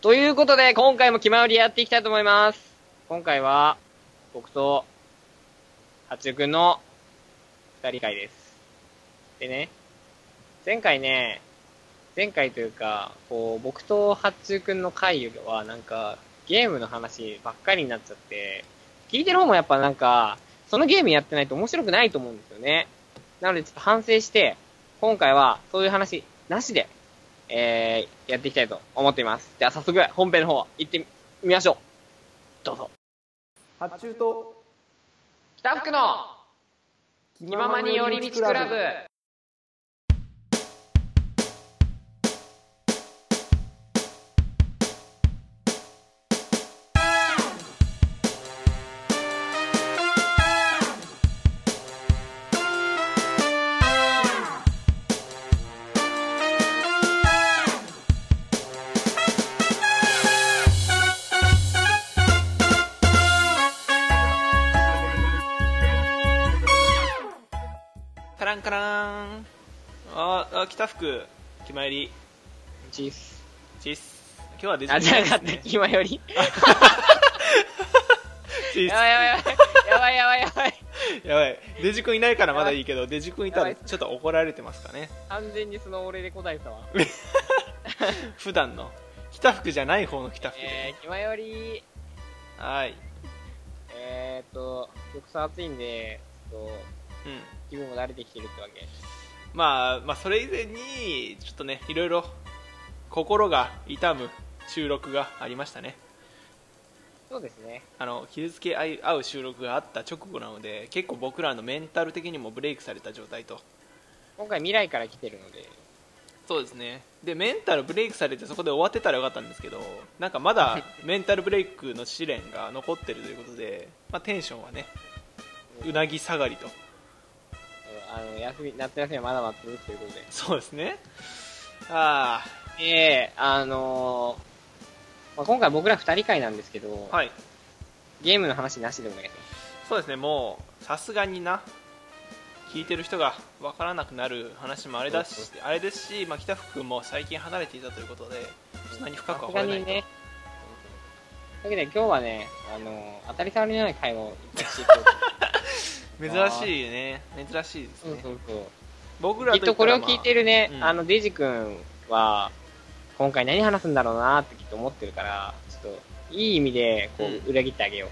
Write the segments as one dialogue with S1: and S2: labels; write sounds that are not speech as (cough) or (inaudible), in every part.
S1: ということで、今回も気まよりやっていきたいと思います。今回は、僕と、八くんの、二人会です。でね、前回ね、前回というか、こう、僕と八くんの会は、なんか、ゲームの話ばっかりになっちゃって、聞いてる方もやっぱなんか、そのゲームやってないと面白くないと思うんですよね。なのでちょっと反省して、今回はそういう話なしで、えー、やっていきたいと思っています。では早速本編の方行ってみみましょう。どうぞ。
S2: 発注と
S1: 北福の
S2: 気
S1: 気ままに寄り道クラブ。
S3: カランカラーンあーあ北福決まり
S1: チース。
S3: チース今日はデ
S1: あ、
S3: ィズ
S1: じゃ
S3: ニ
S1: なか
S3: ー
S1: っ
S3: で
S1: た。
S3: すね
S1: 今より。
S3: チー
S1: やばいやばいやばい。やばいやばいやばい。
S3: スやばいデジ君いないからまだいいけどデジ君いたらちょっと怒られてますかね
S1: 完全にその俺で答えたわ。
S3: 普段の北福じゃない方の北福で、
S1: えー、気まより。
S3: はーい
S1: えーっと、局さ暑いんで、ちょっと、
S3: うん
S1: 気分も慣れてきてるってわけ。
S3: まあ、まあそれ以前にちょっとねいろいろ心が痛む収録がありましたね
S1: そうですね。
S3: あの傷つけ合い合う収録があった直後なので結構僕らのメンタル的にもブレイクされた状態と
S1: 今回未来から来てるので、
S3: そうですねでメンタルブレイクされてそこで終わってたらよかったんですけどなんかまだメンタルブレイクの試練が残ってるということで、まあ、テンションはねうなぎ下がりと
S1: あの、休み、夏休みはまだまだ続くということで。
S3: そうですねあ
S1: で、あのーまあ、今回僕ら二人会なんですけど、
S3: あはい
S1: ゲームの話なしでお願いします。
S3: そうですねもうさすがにな聞いてる人が分からなくなる話もあれだ
S1: そう
S3: しあれですし、まあ、北福君も最近離れていたということでそんなに深く
S1: さ
S3: は
S1: す
S3: 掘
S1: が
S3: れない
S1: に
S3: と、
S1: ね。というわけで今日はね、あのー当たり障りのない会話をいっぱいしていこ
S3: (laughs) 珍しいね珍しいです
S1: う。
S3: ね
S1: そうそうそう。
S3: 僕ら
S1: きっとこれを聞いて
S3: る
S1: るね、
S3: うん
S1: あのデイジ君は今回何話すんだろうなってきっと思ってるからちょっといい意味でこ
S3: うん
S1: う裏切ってあげよう、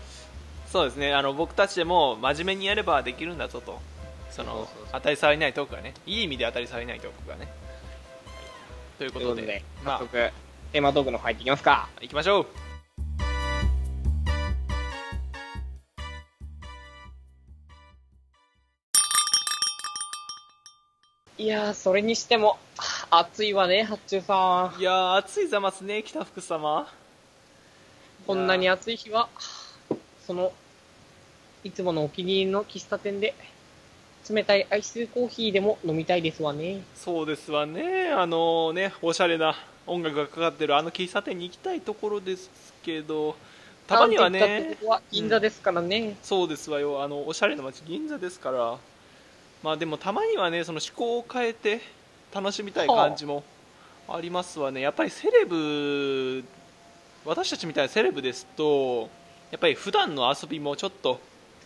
S3: そうですねあの僕たちでも真面目にやればできるんだぞとその
S1: そうそうそう
S3: 当たり障りないトークがねいい意味で当たり障りないトークがねということと
S1: いう
S3: で
S1: ことで
S3: ま
S1: 早速、テーマトークの方入っていきますか
S3: あ行きましょう
S1: いやーそれにしてもあ暑いわね八中さん
S3: いやー暑いざますね北福様
S1: こんなに暑い日はそのいつものお気に入りの喫茶店で冷たいアイスコーヒーでも飲みたいですわね
S3: そうですわねあのねおしゃれな音楽がかかってるあの喫茶店に行きたいところですけどたまには
S1: なんて言ったっ
S3: ね
S1: てここは銀座ですからね、
S3: そうですわよあのおしゃれな街銀座ですからまあでもたまにはねその趣向を変えて楽しみたい感じもありますわねやっぱりセレブ私たちみたいなセレブですとやっぱり普段の遊びもちょっと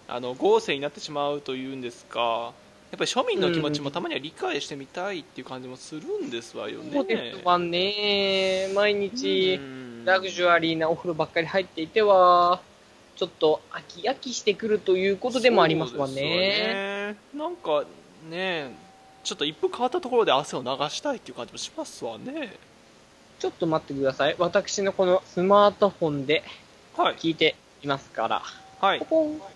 S3: あの豪勢になってしまうというんですかやっぱり庶民の気持ちもたまには理解してみたいっていう感じもするんですわよね。
S1: そうですわね。毎日
S3: う、ん
S1: ラグジュアリーなお風呂ばっかり入っていては、ちょっと飽き飽きしてくるということでもありますわ
S3: そうです
S1: ね。
S3: よねなんかねちょっと一風変わったところで汗を流したいっていう感じもしますわね
S1: ちょっと待ってください。私のこのスマートフォンで
S3: はい
S1: 聞いていますから、
S3: はい
S1: ここ、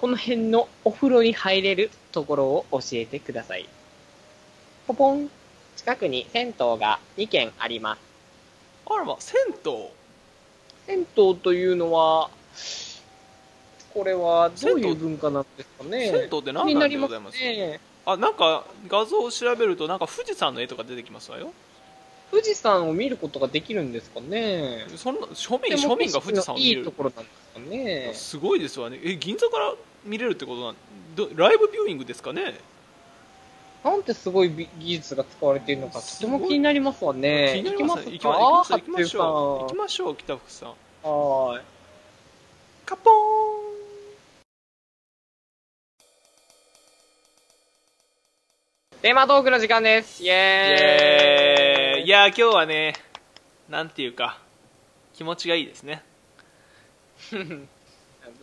S1: この辺のお風呂に入れるところを教えてください。ポポン。近くに銭湯が2軒あります。
S3: あらま銭
S1: 銭湯というのは、これはどういう文化なんですか
S3: 湯、
S1: ね。
S3: 銭湯って何
S1: に
S3: な
S1: なんり
S3: で
S1: ま
S3: ご
S1: す
S3: ざいます
S1: ね。
S3: あなんか画像を調べるとなんか富士山の絵とか出てきますわよ
S1: 富士山を見ることができるんですかね。
S3: そんな庶民
S1: でも
S3: 庶民が富士山を見
S1: い
S3: れ
S1: いと
S3: る
S1: ころなんですかね。
S3: すごいですわねえ銀座から見れるってことなんどライブビューイングですかね
S1: なんてすごいび技術が使われているのか、と
S3: す
S1: て
S3: ごい
S1: も気になりますわね。
S3: 気になります
S1: 行
S3: ね行
S1: き
S3: き
S1: ま
S3: ます行きましょう行き
S1: か
S3: ましょう北福さん
S1: あはーい。
S3: カポー
S1: テーマトークの時間です。イェーイ
S3: ンイエーイいやー今日はねなんていうか気持ちがいいですね
S1: ど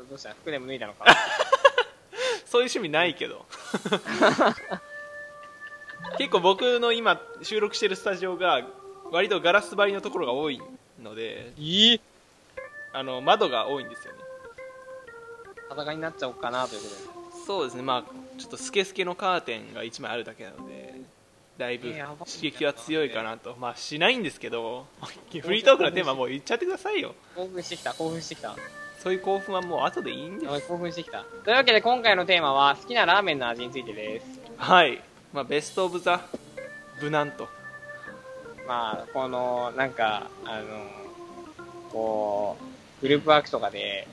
S1: どうした服でも脱いだのか
S3: (laughs) そういう趣味ないけ (laughs) ど結構僕の今収録してるスタジオが割とガラス張りのところが多いので
S1: いい
S3: あの窓が多いんですよね
S1: 裸になっちゃおうかなということで。
S3: そうですねまあちょっとスケスケのカーテンが1枚あるだけなのでだいぶ
S1: えやばいな
S3: 刺激は強いかなとまあしないんですけどフリートークのテーマもう言っちゃってくださいよ
S1: 興奮してきた、興奮してきた。
S3: そういう興奮はもう後でいいんで
S1: やばい
S3: す
S1: 興奮してきた。というわけで今回のテーマは、好きなラーメンの味についてです。
S3: はい、まあ、ベスト・オブ・ザ・無難と
S1: まあ、この、なんか、あの、こう、グループワークとかで、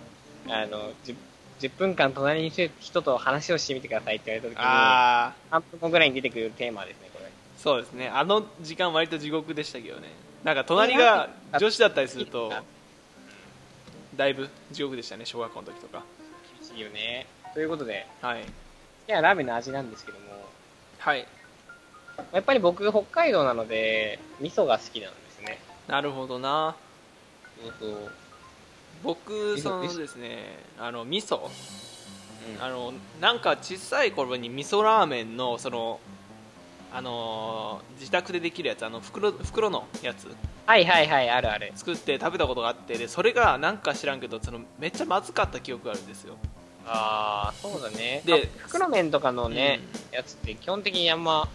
S1: あの、じ 10, 分間隣にいる人と話をしてみてくださいって言われた時に、
S3: ああ
S1: 半分後ぐらいに出てくるテーマですね、これ。
S3: そうですねあの時間割と地獄でしたけどねなんか隣が女子だったりするとだいぶ地獄でしたね小学校の時とか
S1: 厳しいよね。ということで、
S3: はい
S1: 好きなラーメンの味なんですけども、
S3: はい
S1: やっぱり僕、北海道なので、味噌が好きなんですね。
S3: なるほどな
S1: そうそう。
S3: 僕
S1: 味噌
S3: その
S1: 味噌
S3: ですねあの味噌
S1: あ
S3: あのなんか小さい頃に味噌ラーメンのそのあのー自宅でできるやつあの袋袋のやつ
S1: はいはいはい、あるある。
S3: 作って食べたことがあってでそれがなんか知らんけどそのめっちゃまずかった記憶があるんですよ
S1: ああ、そうだね。
S3: で
S1: あ袋麺とかのね、
S3: うん
S1: やつって基本的にあんま、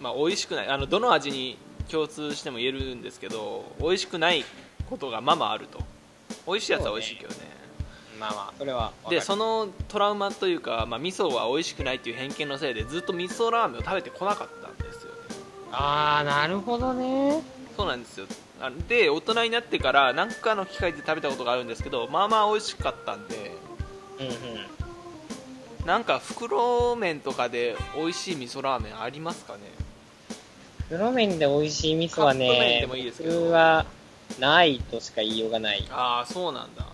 S3: まあ、美味しくないあのどの味に共通しても言えるんですけど美味しくないことがまあまああると美味しいやつは美味しいけどね
S1: まあまあ、それはわかる。
S3: でそのトラウマというか、まあ、味噌は美味しくないっていう偏見のせいでずっと味噌ラーメンを食べてこなかったんですよね
S1: ああ、なるほどね。
S3: そうなんですよあので大人になってから何かの機会で食べたことがあるんですけどまあまあ美味しかったんで
S1: うんうん。
S3: なんか袋麺とかで美味しい味噌ラーメンありますかね
S1: 袋麺で美味しい味噌は
S3: カップ麺
S1: ね
S3: で、もいいですけど
S1: 僕は、ないとしか言いようがない。
S3: ああそうなんだ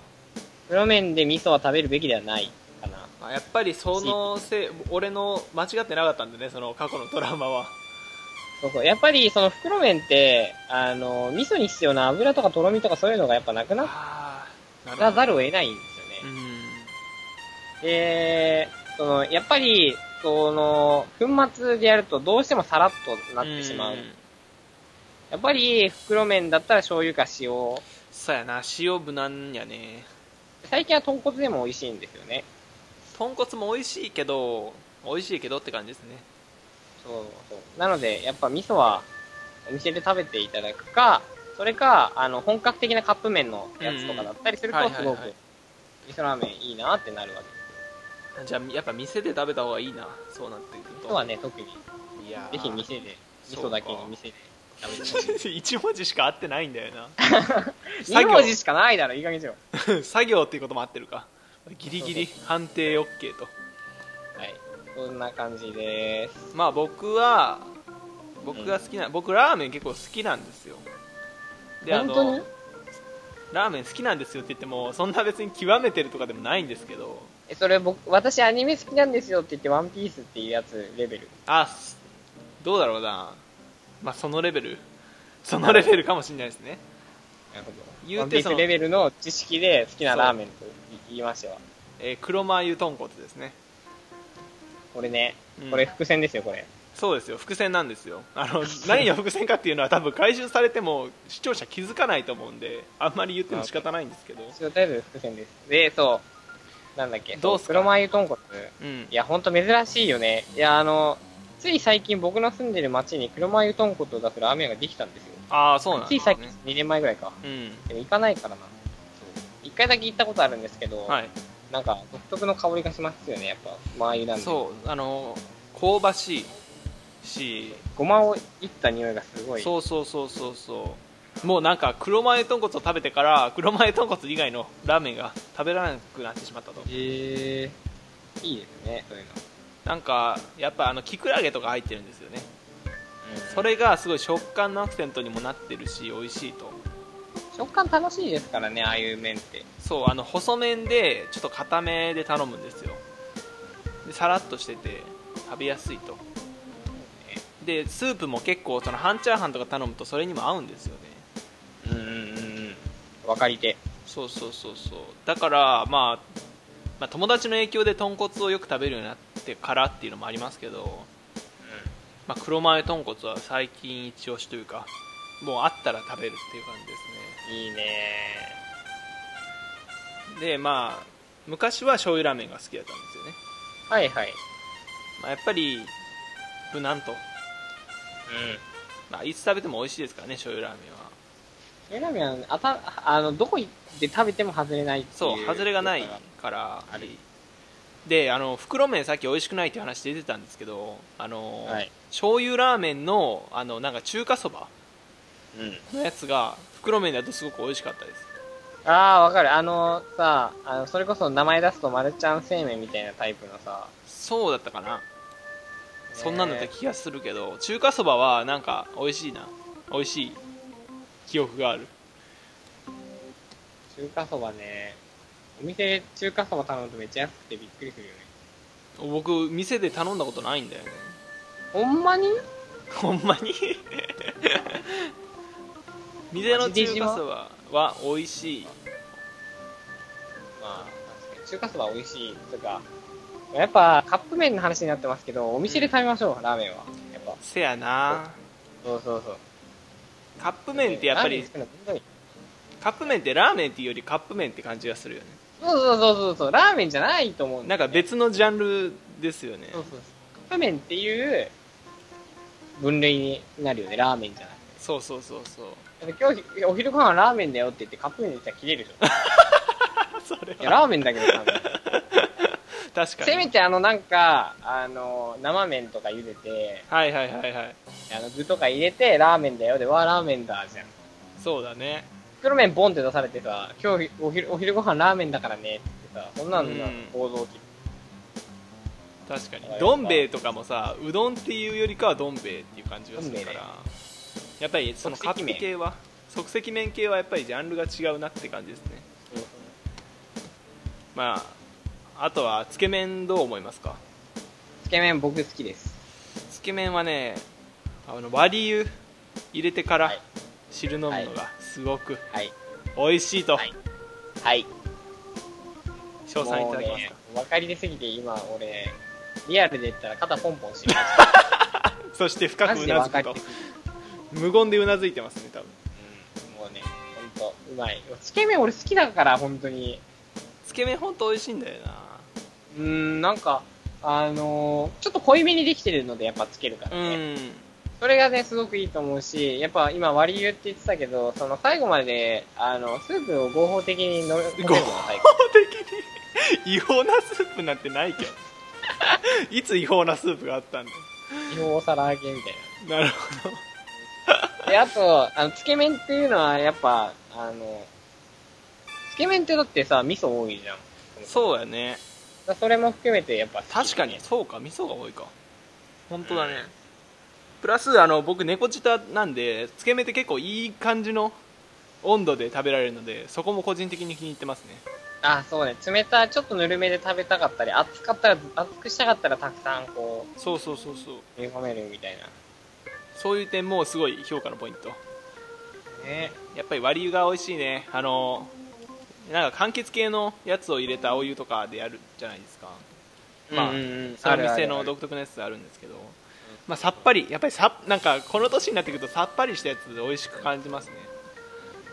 S1: 袋麺で味噌は食べるべきではないかな。
S3: まあ、やっぱりそのせい俺の間違ってなかったんでねその過去のトラウマは
S1: そうそう。やっぱり、その袋麺って、あの、味噌に必要な油とかとろみとかそういうのがやっぱなくな
S3: ああ
S1: らざる
S3: を
S1: を得ないんですよね。
S3: うん
S1: で、その、やっぱり、その、粉末でやるとどうしてもさらっとなってしまう。
S3: ん
S1: やっぱり、袋麺だったら醤油か塩。
S3: そうやな塩無難やね
S1: 最近は豚骨でも美味しいんですよね。
S3: 豚骨も美味しいけど美味しいけどって感じですね
S1: そうそう。なので、やっぱ味噌は、お店で食べていただくか、それか、あの、本格的なカップ麺のやつとかだったりする
S3: うん
S1: と、
S3: うん
S1: すごく
S3: はいはいはい、
S1: 味噌ラーメンいいなってなるわけです
S3: じゃあやっぱ店で食べた方がいいなそうなってくる
S1: よ。
S3: と
S1: 今日はね、特に、
S3: いやー
S1: ぜひ店で、味
S3: そうか
S1: 噌だけに店で食べてほしい。
S3: (laughs) 一文字しか合ってないんだ
S1: (laughs)
S3: よな
S1: 2
S3: 作
S1: 文字しかないだろ、いい加減にしろ。
S3: 業 (laughs) 作業っていうことも合ってるかギリギリ判定 OK と
S1: はい。こんな感じです。
S3: まあ僕は僕が好きな、僕ラーメン結構好きなんですよであ
S1: 本当に
S3: のラーメン好きなんですよって言ってもそんな別に極めてるとかでもないんですけど
S1: えそれ僕私アニメ好きなんですよって言って「ワンピースっていうやつレベル
S3: あすどうだろうなまあそのレベルそのレベルかもしれないですね
S1: なるほど
S3: 言
S1: ワン
S3: う
S1: ピ
S3: て
S1: ー
S3: そ
S1: ス
S3: の
S1: レベルの知識で好きなラーメンと言いましたわ
S3: えー黒眉豚骨ですね、
S1: これね
S3: うん
S1: これ伏線ですよこれ、
S3: そうですよ伏線なんですよあの何が伏線かっていうのは多分回収されても視聴者気づかないと思うんであんまり言っても仕方ないんですけど
S1: 一応とりあえず伏線ですでそうなんだっけ
S3: どうっ
S1: そ
S3: すか
S1: 黒眉豚骨
S3: うん
S1: いやほんと珍しいよねいやあのつい最近僕の住んでる町に黒眉豚骨を出すラーメン屋ができたんですよ
S3: ああそうなん
S1: つい
S3: です
S1: 最
S3: ね
S1: 近2年前ぐらいか
S3: うん
S1: でも行かないからな1回だけ行ったことあるんですけど、
S3: はい
S1: なんか独特の香りがしますよねやっぱマー油なんで
S3: そうあの香ばしいし
S1: ごまをいった匂いがすごい
S3: そうそうそうそうそうもうなんか黒前豚骨を食べてから黒前豚骨以外のラーメンが食べられなくなってしまったと
S1: へえいいですねそういうの
S3: なんかやっぱあのキクラゲとか入ってるんですよねそれがすごい食感のアクセントにもなってるし美味しいと
S1: 食感楽しいですからね、ああいう麺って。
S3: そうあの細麺でちょっと固めで頼むんですよでさらっとしてて食べやすいとでスープも結構その半チャーハンとか頼むとそれにも合うんですよね
S1: うんうんうんうん。わかり手。
S3: そうそうそうそうだから、まあ、まあ友達の影響で豚骨をよく食べるようになってからっていうのもありますけど、まあ、黒豆豚骨は最近一押しというかもうあったら食べるっていう感じですね
S1: いいね
S3: でまあ昔は醤油ラーメンが好きだったんですよね、
S1: はいはい。
S3: まあ、やっぱり無難と、まあ、いつ食べても美味しいですからね醤油ラーメンは
S1: うん。えラーメンはねあた、あの、どこ行って食べても外れないっていう。
S3: そう外れがないからであの袋麺さっき美味しくないっていう話出てたんですけどあの、
S1: はい
S3: 醤油ラーメンのあのなんか中華そば
S1: うん。
S3: のやつが袋麺だとすごく美味しかったです
S1: ああ、わかる。あのさ、あの、それこそ名前出すとマルちゃん製麺みたいなタイプのさ。
S3: そうだったかなそんなんだった気がするけど中華そばはなんか美味しいな美味しい記憶がある
S1: 中華そばね。お店で中華そば頼むとめっちゃ安くてびっくりするよね。
S3: 僕店で頼んだことないんだよね (laughs)
S1: ほんまに
S3: ほんまに店の中華そばは美味しい
S1: まあ、確かに中華そば美味しい。とか、やっぱカップ麺の話になってますけど、お店で食べましょう、ラーメンは。やっぱ。
S3: せやな
S1: そうそうそう。
S3: カップ麺ってやっぱり
S1: ラーメン作るのしんどい
S3: カップ麺ってラーメンっていうよりカップ麺って感じがするよね
S1: そうそうそうそうそう、ラーメンじゃないと思うんだ
S3: な
S1: よ
S3: んか別のジャンルですよね
S1: そうそうそう。カップ麺っていう分類になるよね、ラーメンじゃない。
S3: そうそうそうそう
S1: だって今日お昼ご飯はラーメンだよって言ってカップ麺で言ったら切れるでしょ。
S3: それ
S1: いや、ラーメンだけどさ。
S3: 確か
S1: せ
S3: に
S1: めてあのなんか、あの、生麺とか茹でて、
S3: はいはいはいはい
S1: あの具とか入れて、ラーメンだよで、わあ、ラーメンだ、じゃん。
S3: そうだね
S1: 袋麺ボンって出されてさ、今日お昼お昼ご飯ラーメンだからねってさ、そんなの
S3: うん
S1: 構造機。
S3: 確かに
S1: やっぱ
S3: どん兵衛とかもさうどんっていうよりかはどん兵衛っていう感じがするか
S1: どん兵衛ね
S3: らやっぱりそのカ
S1: 即
S3: ッ
S1: 席
S3: プ
S1: 麺
S3: 系は即席麺系はやっぱりジャンルが違うなって感じですねまああとはつけ麺どう思いますか
S1: つけ麺僕好きです。
S3: つけ麺はねあの割り湯入れてから
S1: はい
S3: 汁飲む
S1: は
S3: の
S1: い
S3: がすごく
S1: はい。
S3: 美味しいと
S1: はいはい。
S3: 称賛いただけますか、
S1: もうね、分かり出すぎて今俺、リアルで言ったら肩ポンポン
S3: (laughs)
S1: してる。
S3: そして深
S1: マ
S3: く
S1: ジ
S3: う
S1: で
S3: な
S1: 分
S3: ず
S1: か
S3: く
S1: り
S3: と
S1: 出すぎて
S3: 無言でうなずいてますね多分
S1: うんもうね、ほんと、うまい。つけ麺俺好きだから、本当に。
S3: つけ麺ほんと美味しいんだよな
S1: うーん、なんか、あのーちょっと濃いめにできてるのでやっぱつけるから
S3: う
S1: ね。
S3: ん
S1: それがね、すごくいいと思うし、やっぱ今割り湯って言ってたけど、その最後まで、あの、スープを合法的に飲め飲めるのが最高。
S3: 的 (laughs) に違法なスープなんてないけ (laughs) どいつ違法なスープがあったんだよ
S1: 違法お皿揚げみたい
S3: なるほど
S1: な。で、あと、あの、つけ麺っていうのはやっぱ、あの、つけ麺ってだってさ、味噌多いじゃん。
S3: そうやね
S1: だそれも含めてやっぱ好き
S3: 確かに。そうか味噌が多いか本当だね、プラスあの僕猫舌なんでつけ麺って結構いい感じの温度で食べられるのでそこも個人的に気に入ってますね
S1: あ、そうね。冷たい、ちょっとぬるめで食べたかったり、熱かったら、熱くしたかったらたくさんこ
S3: そうそうそうそう
S1: う、煮込めるみたいな。
S3: そういう点もすごい評価のポイント
S1: ね。
S3: やっぱり割り湯が美味しいねあのなんか柑橘系のやつを入れたお湯とかでやるじゃないですかまあ
S1: うんうんうん
S3: その
S1: あるあ
S3: 店
S1: るあ
S3: の
S1: る
S3: 独特のやつあるんですけどまあさっぱりやっぱりさなんかこの年になってくるとさっぱりしたやつ美味しく感じますね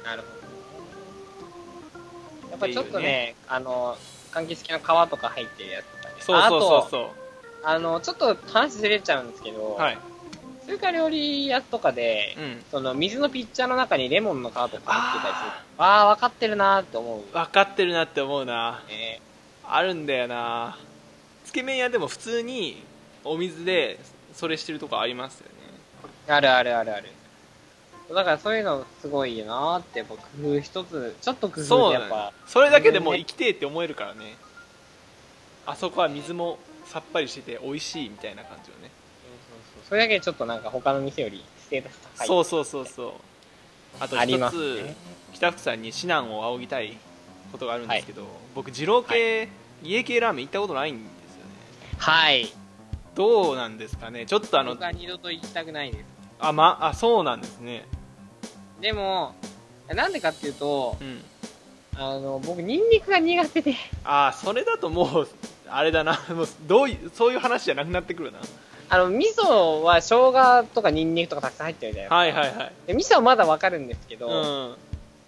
S1: なるほど。やっぱちょっと
S3: っていう
S1: ね、
S3: ね
S1: あの、柑橘系の皮とか入ってるやつとかね。
S3: そうそうそう
S1: う。
S3: そ
S1: あと、あの、ちょっと話ずれちゃうんですけど、
S3: うはい
S1: 中華料理屋とかで、
S3: うん
S1: その水のピッチャーの中にレモンの皮とか入ってたりする
S3: あ。
S1: ああ、わかってるなーって思う。
S3: 分かってるなって思うな
S1: ね、
S3: あるんだよなつけ麺屋でも普通にお水でそれしてるとこありますよね
S1: あるあるあるある。だからそういうのすごいよなーって、やっぱ工夫一つ、ちょっと工
S3: そ
S1: 夫
S3: う
S1: で
S3: な
S1: やっ
S3: のよ
S1: ぱ、
S3: それだけでも生きてえって思えるからねあそこは水もさっぱりしてて美味しいみたいな感じよね、
S1: それだけちょっとなんか他の店よりステータス高い。。
S3: そううそうそうそうあと
S1: あり
S3: 一
S1: ます
S3: つ、
S1: ね
S3: 北福さんに指南を仰ぎたいことがあるんですけど、僕二郎系、家系ラーメン行ったことないんですよね
S1: はい。
S3: どうなんですかねちょっとあの
S1: 僕は二度と行きたくないです。
S3: あ,、まあそうなんですね
S1: でも、なんでかっていうと
S3: う、ん
S1: あの、僕ニンニクが苦手で、
S3: ああそれだともうあれだな (laughs) もうどういうそういう話じゃなくなってくるな
S1: あの、味噌は生姜とかニンニクとかたくさん入ってるじゃないですか。
S3: はいはいはい
S1: で味噌はまだわかるんですけど、
S3: うん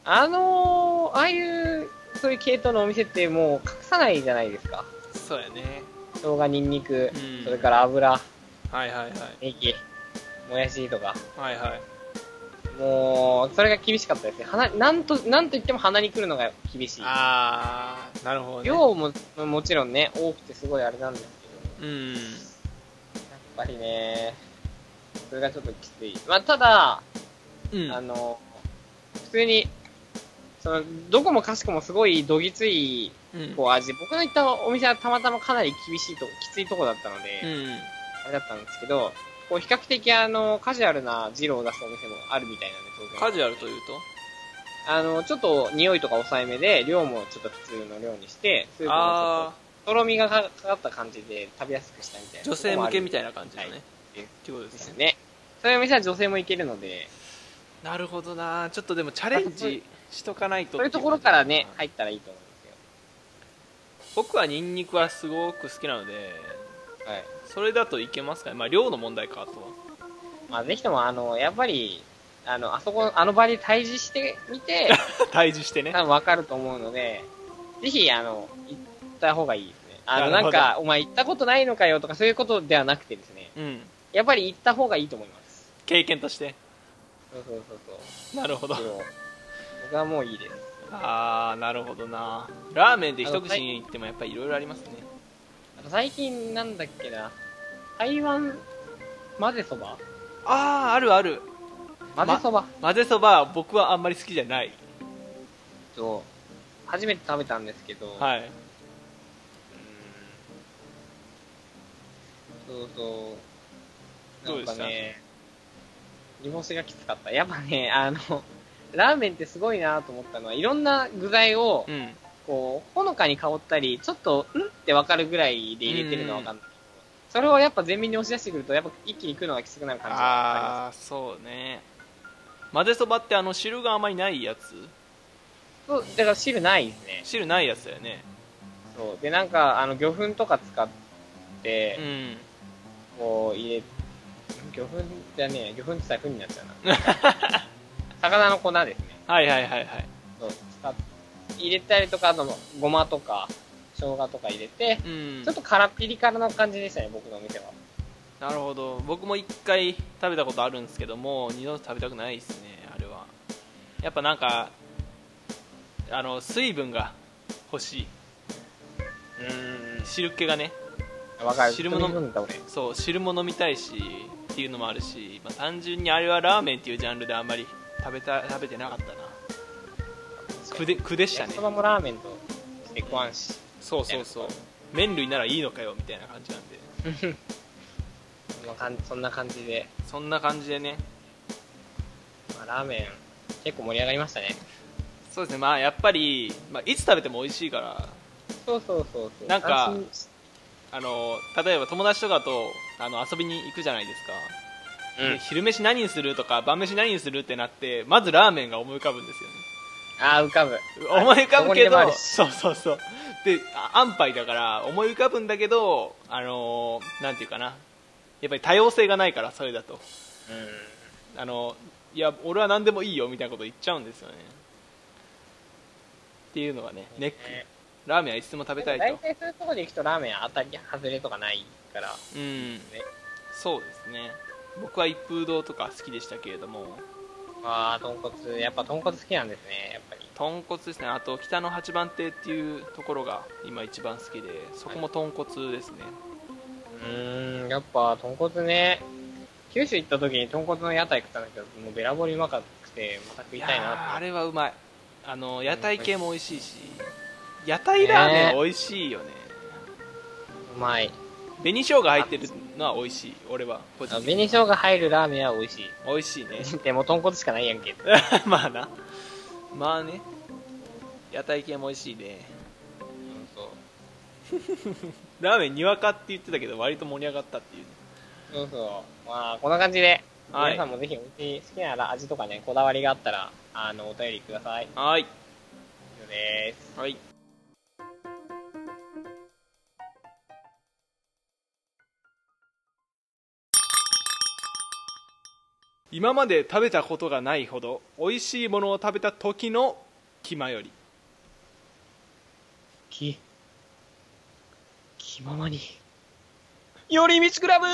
S1: あのー、ああいう、そういう系統のお店ってもう隠さないじゃないですか。
S3: そうやね
S1: 生姜、ニンニク、
S3: うん
S1: それから油、
S3: はいはいはい
S1: ネギ、もやしとか。
S3: はいはい
S1: もう、それが厳しかったですね。鼻、なんと、なんと言っても鼻に来るのが厳しい。
S3: ああなるほどね
S1: 量も、もちろんね、多くてすごいあれなんですけど、
S3: うん
S1: やっぱりね、それがちょっときつい。まあ、ただ、
S3: うん
S1: あの、普通に、その、どこもかしこもすごいどぎつい、
S3: うん
S1: こう味、僕の行ったお店はたまたまかなり厳しいと、きついとこだったので、
S3: うん
S1: あれだったんですけど、こう比較的あの、カジュアルなジローを出すお店もあるみたいなんで、当然。
S3: カジュアルというと
S1: あの、ちょっと匂いとか抑えめで、量もちょっと普通の量にして、スープもちょっ
S3: あ
S1: ととろみがかかった感じで食べやすくしたみたい
S3: あ
S1: な。
S3: 女性向けみたい
S1: な。
S3: な感じだね、
S1: はい
S3: っていうこ
S1: で
S3: とですす
S1: よ
S3: ね
S1: ね。そういうお店は女性も行けるので、
S3: なるほどなちょっとでもチャレンジしとかないと
S1: そういうところからね、入ったらいいと思うんで
S3: 僕はニンニクはすごく好きなのです
S1: よ。はい。
S3: それだといけますかねまあ量の問題かあとは (laughs)
S1: まあ、ぜひとも、あの、やっぱり、あの、あそこ、あの場で対峙してみて、
S3: 対峙してね
S1: 多分わかると思うので、ぜひ、あの、行った方がいいですね。あの、
S3: な
S1: な
S3: るほ
S1: ん
S3: ど
S1: か、お前行ったことないのかよとか、そういうことではなくてですね、
S3: うん
S1: やっぱり行った方がいいと思います。
S3: 経験として
S1: そうそうそうそう。
S3: なるほど
S1: けど僕はもういいです。
S3: ああなるほどなラーメンで一口に行ってもやっぱりいろいろありますね
S1: あと最近なんだっけな、台湾混ぜそば
S3: あああるある
S1: 混ぜそば
S3: 混ぜそば僕はあんまり好きじゃない
S1: と、初めて食べたんですけど、
S3: はいう
S1: ーんそうそう、なんか
S3: どうで
S1: ね、煮干しがきつかった。やっぱね、あの、ラーメンってすごいなと思ったのは、いろんな具材を、
S3: うん
S1: こう、ほのかに香ったり、ちょっと、んってわかるぐらいで入れてるのはわかんない。それをやっぱ全面に押し出してくると、やっぱ一気に食うのがきつくなる感じがあります。
S3: ああそうね混ぜそばってあの汁があまりないやつ
S1: そう、だから汁ないですね。
S3: 汁ないやつだよね
S1: そう。で、なんか、あの、魚粉とか使っ
S3: う
S1: て、
S3: ん
S1: こう、入れ、魚粉じゃねえ、魚粉って言ったら粉になっちゃう
S3: (laughs)
S1: な。魚の粉ですね。
S3: はいはいはいはい
S1: そう、使っ入れたりとか、あと、ごまとか、生姜とか入れて、
S3: うん
S1: ちょっと辛ピリ辛な感じでしたね、僕のお店は。
S3: なるほど僕も一回食べたことあるんですけどもう二度と食べたくないですねあれはやっぱなんかあの水分が欲しいう
S1: ー
S3: 汁気がね
S1: ん。わかる。
S3: 汁物
S1: 飲んだ俺。
S3: そう汁も飲みたいしっていうのもあるし、まあ、単純にあれはラーメンっていうジャンルであんまり食べた食べてなかったな苦で苦でしたね
S1: 焼きそばもラーメンとして食わんし。
S3: そうそうそう麺類ならいいのかよみたいな感じなんで
S1: そんな感じそんな感じで、
S3: そんな感じでね
S1: まあ、ラーメン、結構盛り上がりましたね。
S3: そうですねまあやっぱり、まあ、いつ食べても美味しいから
S1: そうそうそうそう。
S3: なんか
S1: 安心し
S3: あの例えば友達とかとあの遊びに行くじゃないですか、
S1: うん
S3: で。昼飯何にするとか晩飯何にするってなってまずラーメンが思い浮かぶんですよね
S1: あー、浮かぶ。
S3: 思い浮かぶけ
S1: どこにでも
S3: ど
S1: あるし
S3: そうそうそうであ安牌だから思い浮かぶんだけどあのーなんていうかなやっぱり多様性がないからそれだと
S1: う
S3: あのいや俺は何でもいいよみたいなこと言っちゃうんですよねっていうのがね
S1: ん。
S3: ネック
S1: ね
S3: ラーメンはいつでも食べたい
S1: 大
S3: と
S1: 体そういうとこで行くとラーメン当たり外れとかないから、
S3: うんそうですね僕は一風堂とか好きでしたけれども
S1: ああ、豚骨、やっぱ豚骨好きなんですね、やっぱり。
S3: 豚骨ですねあと北の八番亭っていうところが今一番好きでそこも豚骨ですね、
S1: うーん、やっぱ豚骨ね、九州行った時に豚骨の屋台食ったんだけど、もうべらぼうにうまかくて、また食いたい
S3: やー
S1: な
S3: あ
S1: って。
S3: れはうまいあの屋台系も美味しいし屋台ラーメン美味しいよね
S1: うまい。
S3: 紅生姜入ってるのは美味しい俺は個人
S1: あ
S3: 的
S1: 紅生
S3: に
S1: 姜入るラーメンは美味しい。
S3: 美味しいね
S1: (laughs) でも豚骨しかないやんけ。
S3: まあなまあね屋台系も美味しいね
S1: そう
S3: ラーメンにわかって言ってたけど割と盛り上がったっていう
S1: そうそう。まあ、こんな感じで、
S3: はい
S1: 皆さんもぜひお家好きな味とかね、こだわりがあったら、あの、お便りください。
S3: はい
S1: 以上です。
S3: はい今まで食べたことがないほど美味しいものを食べた時の気まより
S1: き、気ままに、寄り道クラブ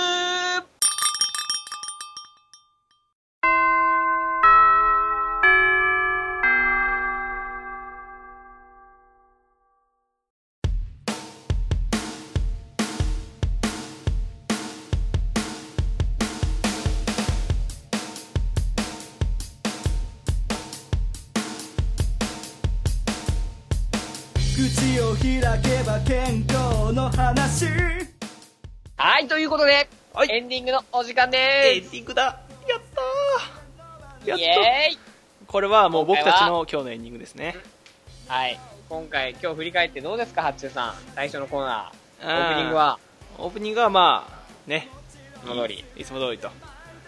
S4: 口を開けば健康の話
S1: はい、ということで、
S3: はい
S1: エンディングのお時間
S3: エン
S1: で
S3: デ
S1: す。
S3: ィングだやったーやっ
S1: イ
S3: と
S1: エーイ
S3: これはもう
S1: 今回
S3: 僕た
S1: は
S3: ちの今日のエンディングですね
S1: はい。今回、今日振り返ってどうですか、八中さん。最初のコーナー。オ
S3: うん
S1: ープニングは、
S3: オープニングはまあね
S1: いつも通り。
S3: いつも通りと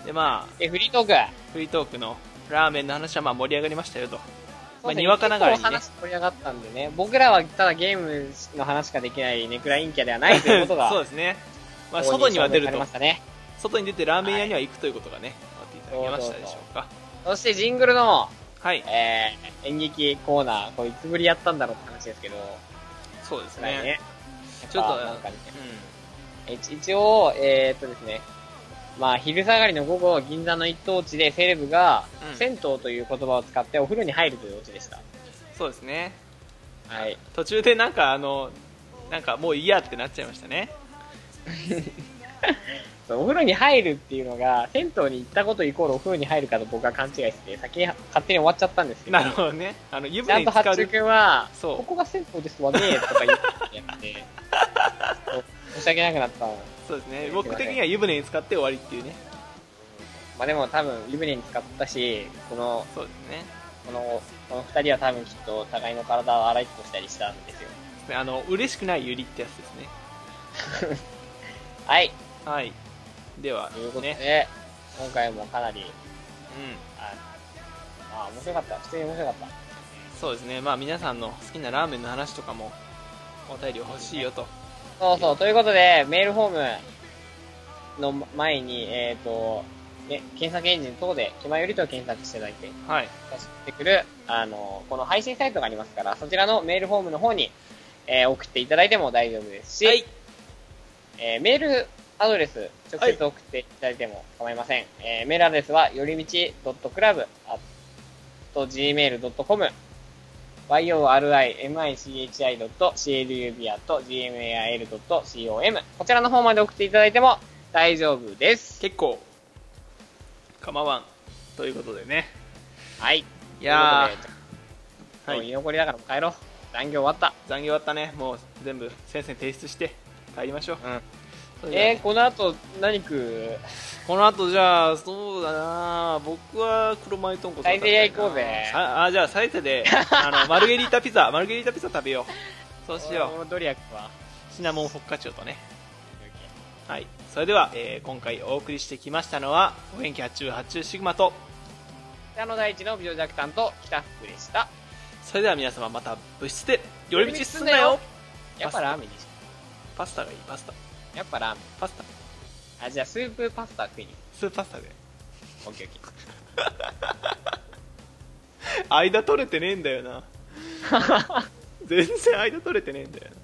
S3: でまあ
S1: で、フリートーク。
S3: フリートークのラーメンの話はまあ盛り上がりましたよと
S1: そうですね
S3: にわかながらにね。
S1: 結構話盛り上がったんでね。僕らはただゲームの話しかできないネクラインキャではないということが
S3: (laughs) そうですね、まあ、
S1: ここ
S3: 外には出る
S1: 証明されま
S3: と
S1: したね。
S3: 外に出てラーメン屋には行くということがね、分かっていただけましたでしょうか
S1: そしてジングルの、
S3: はい
S1: えー、演劇コーナー、これいつぶりやったんだろうって話ですけど、
S3: そうです
S1: ない
S3: ね
S1: ね。
S3: ちょっと
S1: やぱなんかね、一一応、えー、っとですね、まあ、昼下がりの午後、銀座の一等地でセレブが、
S3: うん
S1: 銭湯という言葉を使ってお風呂に入るというオチでした。
S3: そうですね
S1: はい。
S3: 途中でなんかあのなんかもういいやってなっちゃいましたね
S1: そうお風呂に入るっていうのが、銭湯に行ったことイコールお風呂に入るかと僕は勘違いして、先に勝手に終わっちゃったんですけど、
S3: なるほどねあの湯
S1: ちゃ
S3: 船
S1: んと
S3: に浸
S1: 八
S3: か
S1: 中
S3: る
S1: 君は、
S3: そう
S1: ここが銭湯ですわねとか言ってや
S3: (laughs)
S1: って、そう申し訳なくなったの。
S3: そうですね僕的には湯船に浸かって終わりっていうね
S1: まあでも多分湯船に浸かったし、この、
S3: そうですね
S1: この、この二人は多分きっと互いの体を洗いっこしたりしたんですよ。
S3: あの嬉しくないゆりってやつですね
S1: はい。
S3: はいでは
S1: ということで、
S3: ね
S1: 今回もかなり、
S3: う
S1: ああ、面白かった。普通に面白かった。
S3: んそうですねまあ皆さんの好きなラーメンの話とかもお便り欲しいよと
S1: そうそう。ということで、メールフォームの前に、えっ、と、ね、検索エンジン等で、気まよりと検索していただいて、
S3: はい
S1: 出してくる、あの、この配信サイトがありますから、そちらのメールフォームの方に、えー送っていただいても大丈夫ですし、
S3: はい
S1: えーメールアドレス、直接送っていただいても構いません。えーメールアドレスは、よりみち .club.gmail.com、yorimichi.club.gmail.com、こちらの方まで送っていただいても大丈夫です。
S3: 結構構わんということでね
S1: はい。
S3: いや
S1: ということ
S3: ー
S1: で、
S3: は
S1: もう居
S3: い
S1: 残りだからもう帰ろう。残業終わった。
S3: 残業終わったねもう全部先生に提出して帰りましょう、
S1: うん
S3: それでは
S1: え
S3: ね
S1: ー、この後何食う
S3: この後じゃあそうだな僕は黒米豚骨
S1: サイゼリヤ行こうぜ
S3: さあじゃあサイゼで (laughs) あのマルゲリータピザマルゲリータピザ食べようそうしよ
S1: 俺もドリア食うわ。
S3: うシナモンフォッカチオとねはいそれでは、えー今回お送りしてきましたのはお元気発注発注シグマと
S1: 北の大地の美女弱担と北福でした。
S3: それでは皆様また部室で寄り道すんなよ
S1: やっぱラーメンにしよ
S3: パスタがいいパスタ
S1: うやっぱラーメ
S3: パスタ
S1: ン。あ、じゃあスープパスタ食いに
S3: スーパスタで
S1: 行こう。オッケーオッケー。
S3: 間取れてねえんだよな全然間取れてねえんだよな